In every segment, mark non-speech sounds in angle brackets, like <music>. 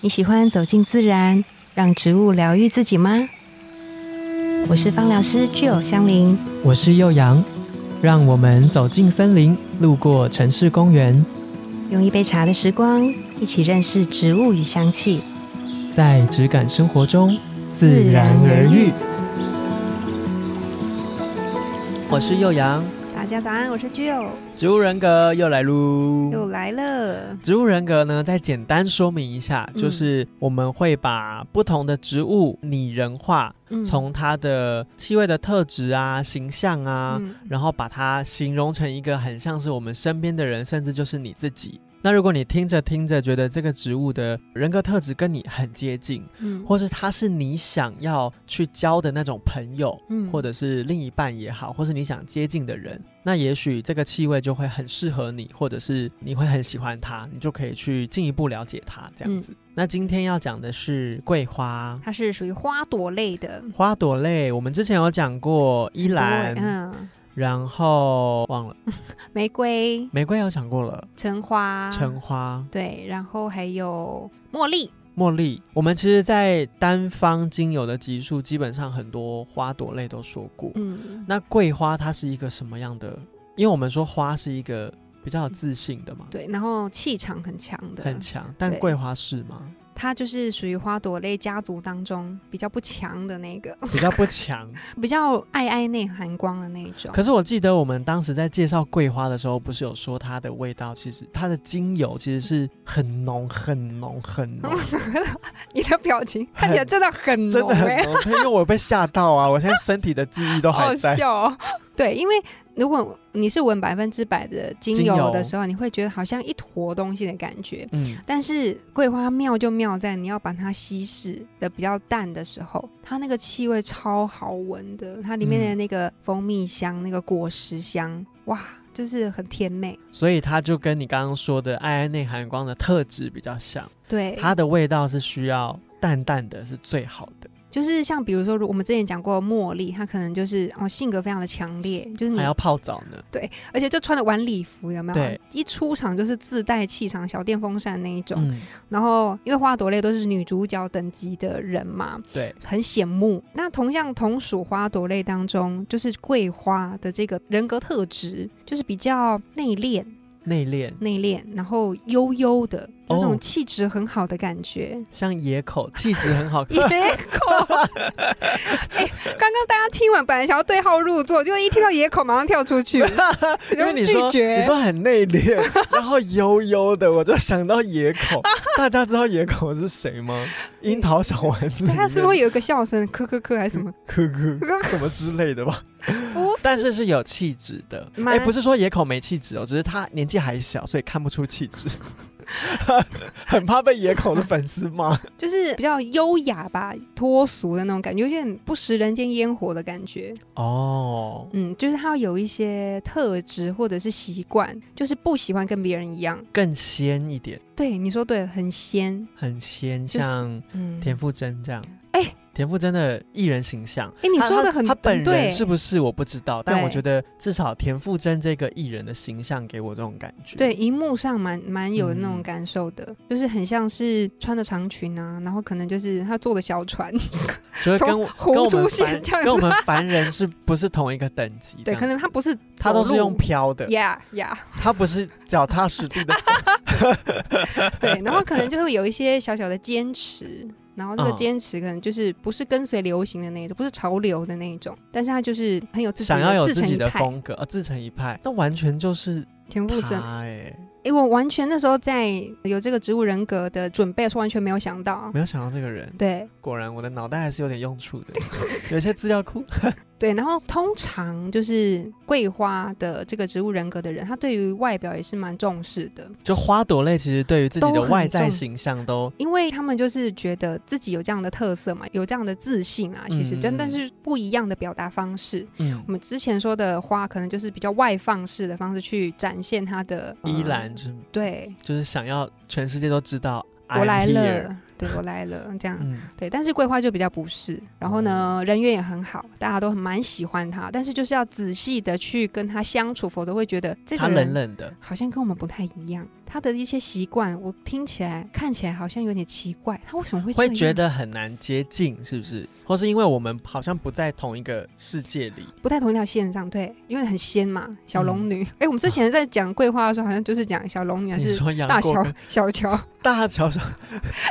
你喜欢走进自然，让植物疗愈自己吗？我是芳疗师具有香林，我是幼阳，让我们走进森林，路过城市公园，用一杯茶的时光，一起认识植物与香气。在质感生活中自然而愈。我是幼阳，大家早安，我是具有，植物人格又来喽。又来了。植物人格呢，再简单说明一下，嗯就是我们会把不同的植物拟人化，嗯从它的气味的特质啊、形象啊，嗯然后把它形容成一个很像是我们身边的人，甚至就是你自己。那如果你听着听着觉得这个植物的人格特质跟你很接近，嗯或是他是你想要去交的那种朋友，嗯或者是另一半也好，或是你想接近的人，那也许这个气味就会很适合你，或者是你会很喜欢它，你就可以去进一步了解它这嗯样子。那今天要讲的是桂花。它是属于花朵类的，花朵类，我们之前有讲过依兰，对嗯，然后忘了玫瑰、玫瑰有讲过了，橙花、橙花、对，然后还有茉莉，茉莉。我们其实，在单方精油的集数，基本上很多花朵类都说过。嗯，那桂花它是一个什么样的？因为我们说花是一个比较有自信的嘛，对，然后气场很强的，很强，但对桂花是 <laughs> 吗？它就是属于花朵类家族当中比较不强的那个， <laughs> 比较不强。比较爱爱内含光的那一种。可是我记得我们当时在介绍桂花的时候，不是有说它的味道，其实它的精油其实是很浓、很浓、很 <laughs> <laughs> 浓，欸你的表情看起来 <laughs> 真的很真浓、的欸，很浓。因为我被吓到啊，我现在身体的记忆都好好还在。笑、哦。 <laughs> 对，因为如果你是闻百分之百的精精油油的时候，你会觉得好像一坨东西的感觉。嗯，但是桂花妙就妙在你要把它稀释的比较淡的时候，它那个气味超好闻的，它里面的那个蜂蜜香、那个果实香，哇，就是很甜美。所以它就跟你刚刚说的爱爱内含光的特质比较像，对，它的味道是需要淡淡的，是最好的，就是像比如说，如我们之前讲过茉莉，她可能就是哦性格非常的强烈，就是你还，要泡澡呢。而且就穿的晚礼服有没有？对，一出场就是自带气场小电风扇那一种。嗯，然后因为花朵类都是女主角等级的人嘛，对，很显目。那同样同属花朵类当中，就是桂花的这个人格特质，就是比较内敛、内敛，内敛，然后悠悠的，有哦种气质很好的感觉。像野口，气质 <laughs> 很好。野 <laughs> 口。哎、刚刚大家听完，本来想要对号入座，就一听到野口马上跳出去， <laughs> 因为你拒说绝你说很内敛， <laughs> 然后悠悠的，我就想到 <laughs> 野口。大家知道野口是谁吗？樱桃小丸子里面，他是不是会有一个笑声，咳咳咳还是什 <laughs> 么？科科什么之类的吧？不但是是有气质的。蛮哎，不是说野口没气质哦，只是他年纪还小，所以看不出 <laughs> 气质。很怕被野口的粉丝骂。 <laughs> 就是比较优雅吧，脱俗的那种感觉，有点不食人间烟火的感觉。哦，嗯，就是他有一些特质或者是习惯，就是不喜欢跟别人一样。更仙一点，对，你说对了，很仙。很仙，就是像嗯，田馥甄这样。哎田馥甄的艺人形象。哎、你他说的他很他本很对人是不是我不知道，但对我觉得至少田馥甄这个艺人的形象给我这种感觉。对，，荧幕上蛮蛮有那种嗯感受的，就是很像是穿着长裙啊，然后可能就是他坐的小船，嗯就是从跟我湖跟我出们现凡这样跟我们凡人是不是同一个等级？ <laughs> 对，可能他不是他走都是路用飘的， ，yeah yeah， <laughs> 他不是脚踏实地的啊对，然后可能就会有一些小小的坚持，然后这个嗯坚持可能就是不是跟随流行的那一种，不是潮流的那一种，但是他就是很有自己想要有自自成己一的派。风格，呃，自成一派，那完全就是田馥甄，他哎，哎，我完全那时候在有这个植物人格的准备的时候，完全没有想到啊没，有想到这个人，对。果然我的脑袋还是有点用处 <laughs> 的，有一些资料库， <laughs> 对，然后通常就是桂花的这个植物人格的人，他对于外表也是蛮重视的，就花朵类其实对于自己都的很外在重形象都因为他们就是觉得自己有这样的特色嘛，有这样的自信啊，其实嗯真、嗯但是不一样的表达方式。嗯我，们之前说的花，可能就是比较外放式的方式去展现它的依然，就是呃对就是想要全世界都知道我 I'm 来 here，了，对我来了这样。嗯，哦对，但是桂花就比较不是，然后呢，人缘也很好，大家都很蛮喜欢他，但是就是要仔细的去跟他相处，否则会觉得这他个冷人冷的，好像跟我们不太一样，他的一些习惯，我听起来看起来好像有点奇怪，他为什么会会这觉样得很难接近，是不是？或是因为我们好像不在同一个世界里，不在同一条线上？对，因为很仙嘛，小龙女。 <laughs> 哎、我们之前在讲桂花的时候，好像就是讲小龙女还嗯哎你是说杨大过乔 <laughs> 跟小乔， <laughs> 大乔说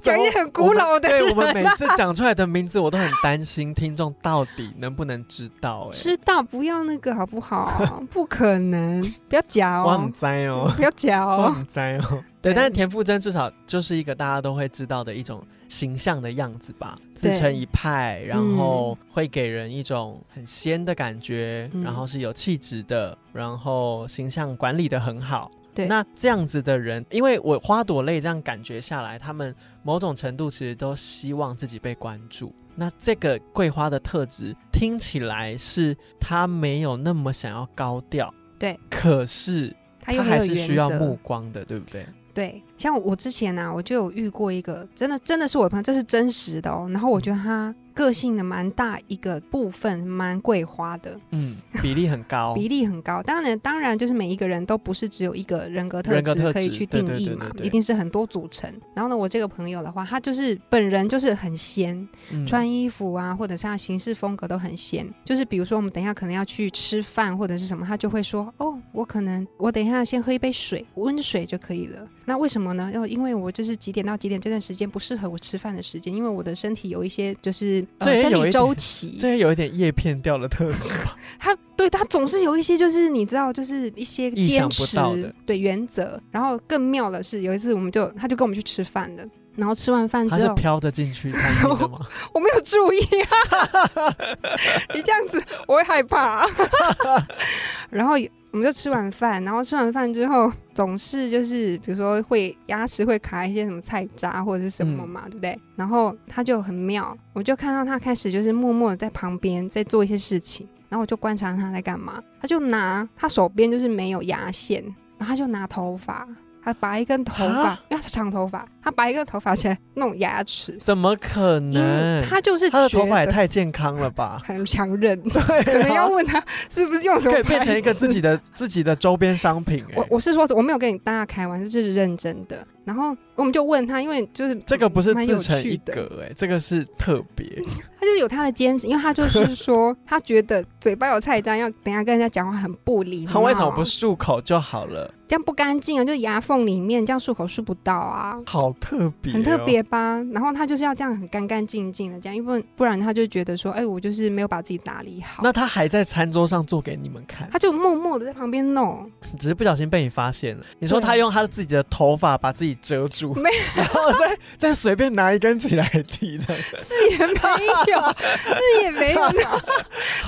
讲一些很古老的 <laughs> 对我们人每次讲出来的名字，我都很担心听众到底能不能知道、哎，知道不要那个好不好？不可能，不要假我很哦，栽哦，不要假我哦。很栽哦。 <laughs> 对，对但是田馥甄至少就是一个大家都会知道的一种形象的样子吧，自成一派，然后会给人一种很仙的感觉，嗯然后是有气质的，然后形象管理的很好。对那这样子的人，因为我花朵类这样感觉下来，他们某种程度其实都希望自己被关注。那这个桂花的特质听起来是他没有那么想要高调，对，可是他他又很还有是原需要则目光的，对不对？对，像我之前啊，我就有遇过一个，真的真的是我的朋友，这是真实的哦。然后我嗯觉得他个性的蛮大一个部分，蛮桂花的，嗯，比例很高，比例很高。当然，当然就是每一个人都不是只有一个人格特人格特质可以质去对定对义对嘛对，对一定是很多组成。然后呢，我这个朋友的话，他就是本人就是很仙，嗯穿衣服啊，或者是他行事风格都很仙。就是比如说，我们等一下可能要去吃饭或者是什么，他就会说：“哦，我可能我等一下先喝一杯水，温水就可以了。”那为什么呢？因为因为我就是几点到几点这段时间不适合我吃饭的时间，因为我的身体有一些就是、这呃、也生有一理点周期，这也有一点叶片掉的特质 <laughs> 吧？他对他总是有一些，就是你知道，就是一些意坚想不持到的对原则。然后更妙的是，有一次我们就他就跟我们去吃饭的，然后吃完饭它之是后，飘着进去餐厅的 <laughs> 吗？我没有注意啊，你这样子我会害怕、啊。然后我们就吃完饭，然后吃完饭之后，总是就是比如说会牙齿会卡一些什么菜渣或者是什么嘛，对不对？然后他就很妙，我就看到他开始就是默默的在旁边在做一些事情，然后我就观察他在干嘛，他就拿他手边就是没有牙线，然后他就拿头发。他拔一根头发啊，因为他是长头发，他拔一根头发起来弄牙齿，怎么可因能？他就是他的觉头发也得？太健康了吧很强韧， <laughs> <laughs> 可对能要啊，问他是不是用什么牌可以子变成一个自己。 <laughs> 的自己的周边商品哎、我我是说，我没有跟你大家开玩笑，这是认真的。然后我们就问他，因为就是这个不是蛮有自成趣一的格哎、这个是特别。他就是有他的坚持，因为他就是 <laughs> 说，他觉得嘴巴有菜渣，要等一下跟人家讲话很不礼貌。他为什么不漱口就好了？这样不干净啊？就牙缝里面这样漱口漱不到啊。好特别、哦很特。别吧？然后他就是要这样很干干净净的这样，因为不然他就觉得说，哎、我就是没有把自己打理好。那他还在餐桌上做给你们看，他就默默的在旁边弄，只是不小心被你发现了。你说对啊他用他自己的头发把自己遮住，没然后再再随便拿一根起来剃，这样是也没 <laughs> 有，是也没有那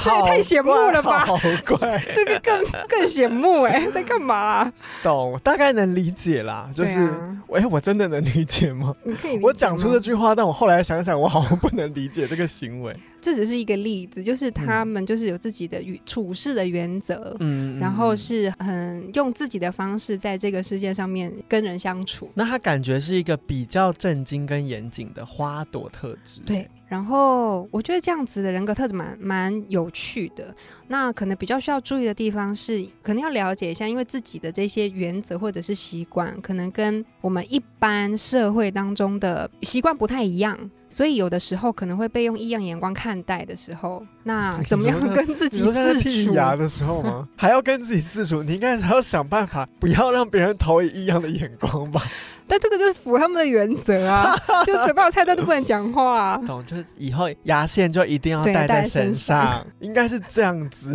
这也好太显目怪了吧好怪，这个更更显目哎、 <laughs> 在干嘛啊、懂？我大概能理解啦，就是对啊、哎、我真的能理解吗？你可以理解我讲出吗这句话，但我后来想想，我好像不能理解这个行为。这只是一个例子，就是他嗯们就是有自己的与处事的原则，嗯然后是很用自己的方式在这个世界上面跟人相处。那他感觉是一个比较震惊跟严谨的花朵特质。对，然后我觉得这样子的人格特质蛮蛮有趣的。那可能比较需要注意的地方是，可能要了解一下，因为自己的这些原则或者是习惯，可能跟我们一般社会当中的习惯不太一样。所以有的时候可能会被用异样眼光看待的时候， <laughs> 那怎么你说样那跟自你己说在自剔处？牙的时候吗？ <laughs> 还要跟自己自处？你应该还要想办法，不要让别人投以异样的眼光吧？但这个就是符合他们的原则 <laughs> 啊，就嘴巴有菜单都不能讲话、啊。懂？就是以后牙线就一定要对戴戴在在身身上，应该是这样子。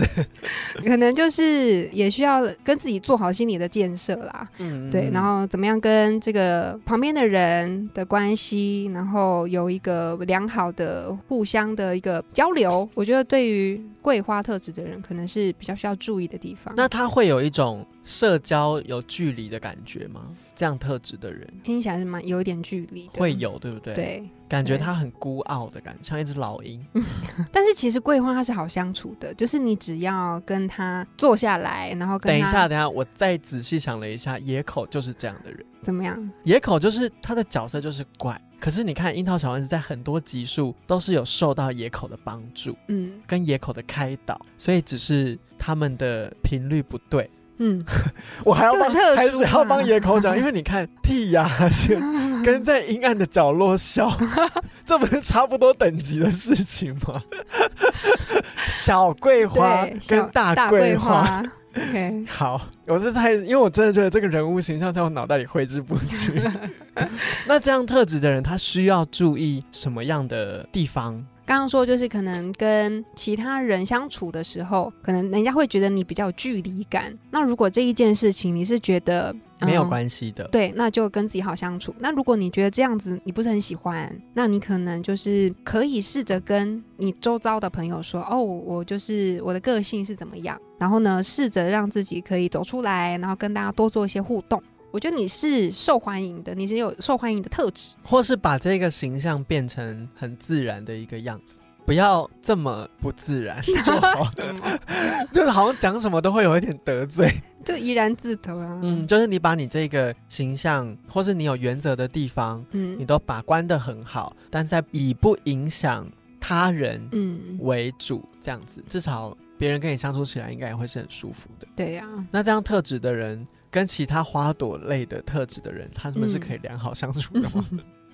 可能就是也需要跟自己做好心理的建设啦。嗯对，然后怎么样跟这个旁边的人的关系，然后有一个良好的互相的一个交流，我觉得对于桂花特质的人，可能是比较需要注意的地方。那他会有一种社交有距离的感觉吗？这样特质的人听起来是蛮有一点距离的，会有，对不对？，嗯对。感觉对他很孤傲的感觉，像一只老鹰。但是其实桂花它是好相处的，就是你只要跟他坐下来，然后跟等一他下，等一下，我再仔细想了一下，野口就是这样的人。怎么样？野口就是他的角色就是怪，可是你看樱桃小丸子在很多集数都是有受到野口的帮助，嗯跟野口的开导，所以只是他们的频率不对。嗯，我还要帮就很特殊啊还是要帮野口讲， <laughs> 因为你看剔牙是跟在阴暗的角落 <laughs> 笑，这不是差不多等级的事情 <laughs> 吗？小桂花对，小跟大大桂桂花。花。OK， <laughs> 好，我是太，因为我真的觉得这个人物形象在我脑袋里挥之不去。那这样特质的人，他需要注意什么样的地方？刚刚说就是可能跟其他人相处的时候，可能人家会觉得你比较有距离感。那如果这一件事情你是觉得、没有系。关系的，对，那就跟自己好相处。那如果你觉得这样子你不是很喜欢，那你可能就是可以试着跟你周遭的朋友说，哦，我就是我的个性是怎么样，然后呢，试着让自己可以走出来，然后跟大家多做一些互动。我觉得你是受欢迎的，你是有受欢迎的特质。或是把这个形象变成很自然的一个样子，不要这么不自然就 <laughs> 好，嗯就是好像讲什么都会有一点得罪。就怡然自得啊。嗯，就是你把你这个形象，或是你有原则的地方，你嗯都把关的很好，但是在以不影响他人嗯，为主，这样子，至少别人跟你相处起来应该也会是很舒服的。对呀、啊，那这样特质的人跟其他花朵类的特质的人，他们嗯是可以良好相处的 <laughs> 吗？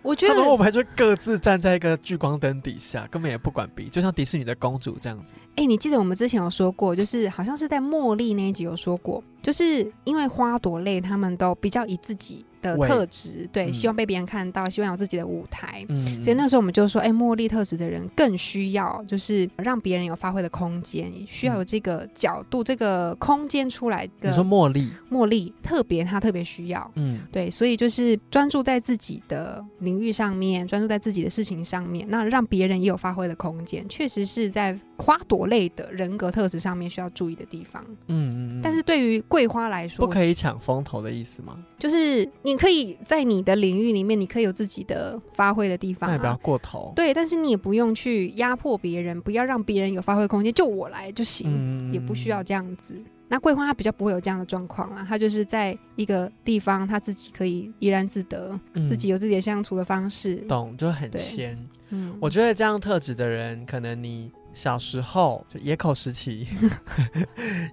我觉他得们我们就各自站在一个聚光灯底下，根本也不管彼，就像迪士尼的公主这样子。哎、你记得我们之前有说过，就是好像是在茉莉那一集有说过，就是因为花朵类他们都比较以自己的为特质，对，嗯希望被别人看到，希望有自己的舞台。嗯，所以那时候我们就说，哎、茉莉特质的人更需要，就是让别人有发挥的空间，需要有这个角度、这个空间出来嗯你说的。茉莉，茉莉特别，她特别需要，嗯，对，所以就是专注在自己的领域上面，专注在自己的事情上面，那让别人也有发挥的空间，确实是在花朵类的人格特质上面需要注意的地方。嗯嗯嗯，但是对于桂花来说，不可以抢风头的意思吗？就是你可以在你的领域里面，你可以有自己的发挥的地方、那也不要啊。过头。对，但是你也不用去压迫别人，不要让别人有发挥空间，就我来就行。嗯，嗯也不需要。这样子。那桂花她比较不会有这样的状况啦，她就是在一个地方，她自己可以怡然自得，嗯自己有自己的相处的方式。懂，就很对仙。嗯，我觉得这样特质的人，可能你小时候就野口时期， <laughs>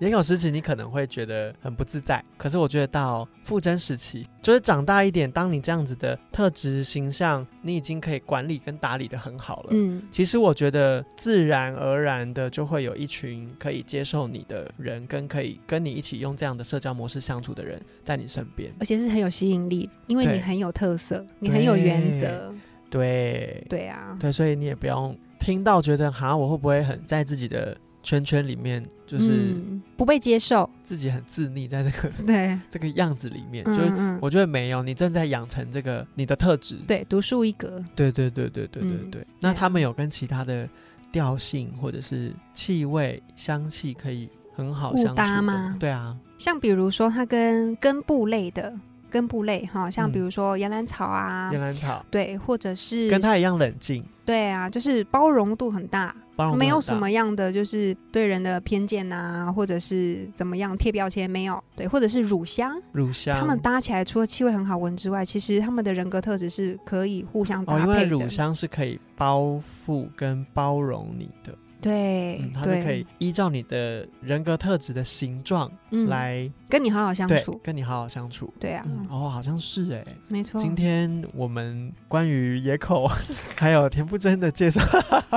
野口时期你可能会觉得很不自在，可是我觉得到傅真时期，就是长大一点，当你这样子的特质形象，你已经可以管理跟打理的很好了。嗯其实我觉得自然而然的就会有一群可以接受你的人，跟可以跟你一起用这样的社交模式相处的人在你身边。而且是很有吸引力，因为对你很有特色，你很有原则。对，对啊，对，所以你也不用听到觉得哈，我会不会很在自己的圈圈里面，就是嗯、不被接受。自己很自溺在这个、 <laughs> 对，这个样子里面，嗯就是。嗯，嗯我觉得没有，你正在养成这个你的特质。对，独树一格。对对对对对对嗯对。那对他们有跟其他的调性或者是气味、香气可以很好互相处搭的吗对啊，像比如说，它跟根部类的根部类哈，像嗯比如说岩兰草啊，岩兰草对，或者是跟它一样冷静，对啊，就是包容度很大。包容度没有很什大么样的就是对人的偏见啊，或者是怎么样贴标签没有，对，或者是乳香，乳香。他们搭起来除了气味很好闻之外，其实他们的人格特质是可以互相搭哦，因为配的。乳香是可以包覆跟包容你的。对、嗯，它是可对以，依照你的人格特质的形状嗯来、跟你好好相对处。跟你好好相处。对啊，嗯，哦，好像是哎、没错。今天我们关于野口 <laughs> 还有田馥甄的介绍， <laughs>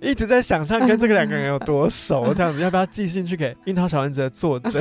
一直在想象跟这个两个人有多熟， <laughs> 这样子要不要寄信去给《樱桃小丸子》的作者，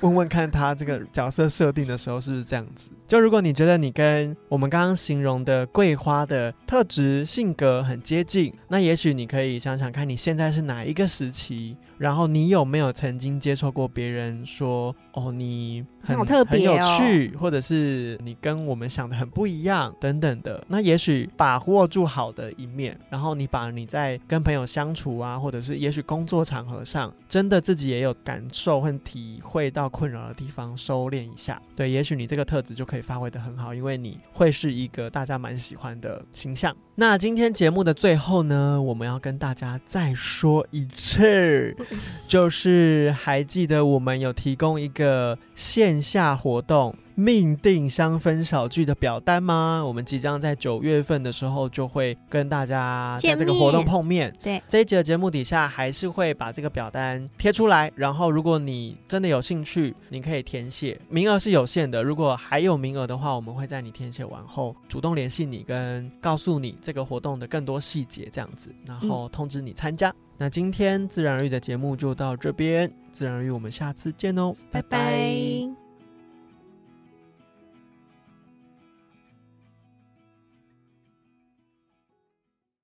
问问看他这个角色设定的时候是不是这样子？就如果你觉得你跟我们刚刚形容的桂花的特质性格很接近，那也许你可以想想看你现在是哪一个时期，然后你有没有曾经接受过别人说哦，你很好特很有别哦趣，或者是你跟我们想的很不一样等等的。那也许把握住好的一面，然后你把你在跟朋友相处啊，或者是也许工作场合上，真的自己也有感受和体会到困扰的地方，收敛一下。对，也许你这个特质就可以发挥的很好，因为你会是一个大家蛮喜欢的形象。那今天节目的最后呢，我们要跟大家再说一次， <laughs> 就是还记得我们有提供一个线下活动“命定香氛小聚”的表单吗？我们即将在九月份的时候就会跟大家在见这个活动面碰面。对，这一集的节目底下还是会把这个表单贴出来，然后如果你真的有兴趣，你可以填写，名额是有限的。如果还有名额的话，我们会在你填写完后主动联系你，跟告诉你这个活动的更多细节，这样子，然后通知你参加。那今天自然而愈的节目就到这边，自然而愈，我们下次见哦，拜拜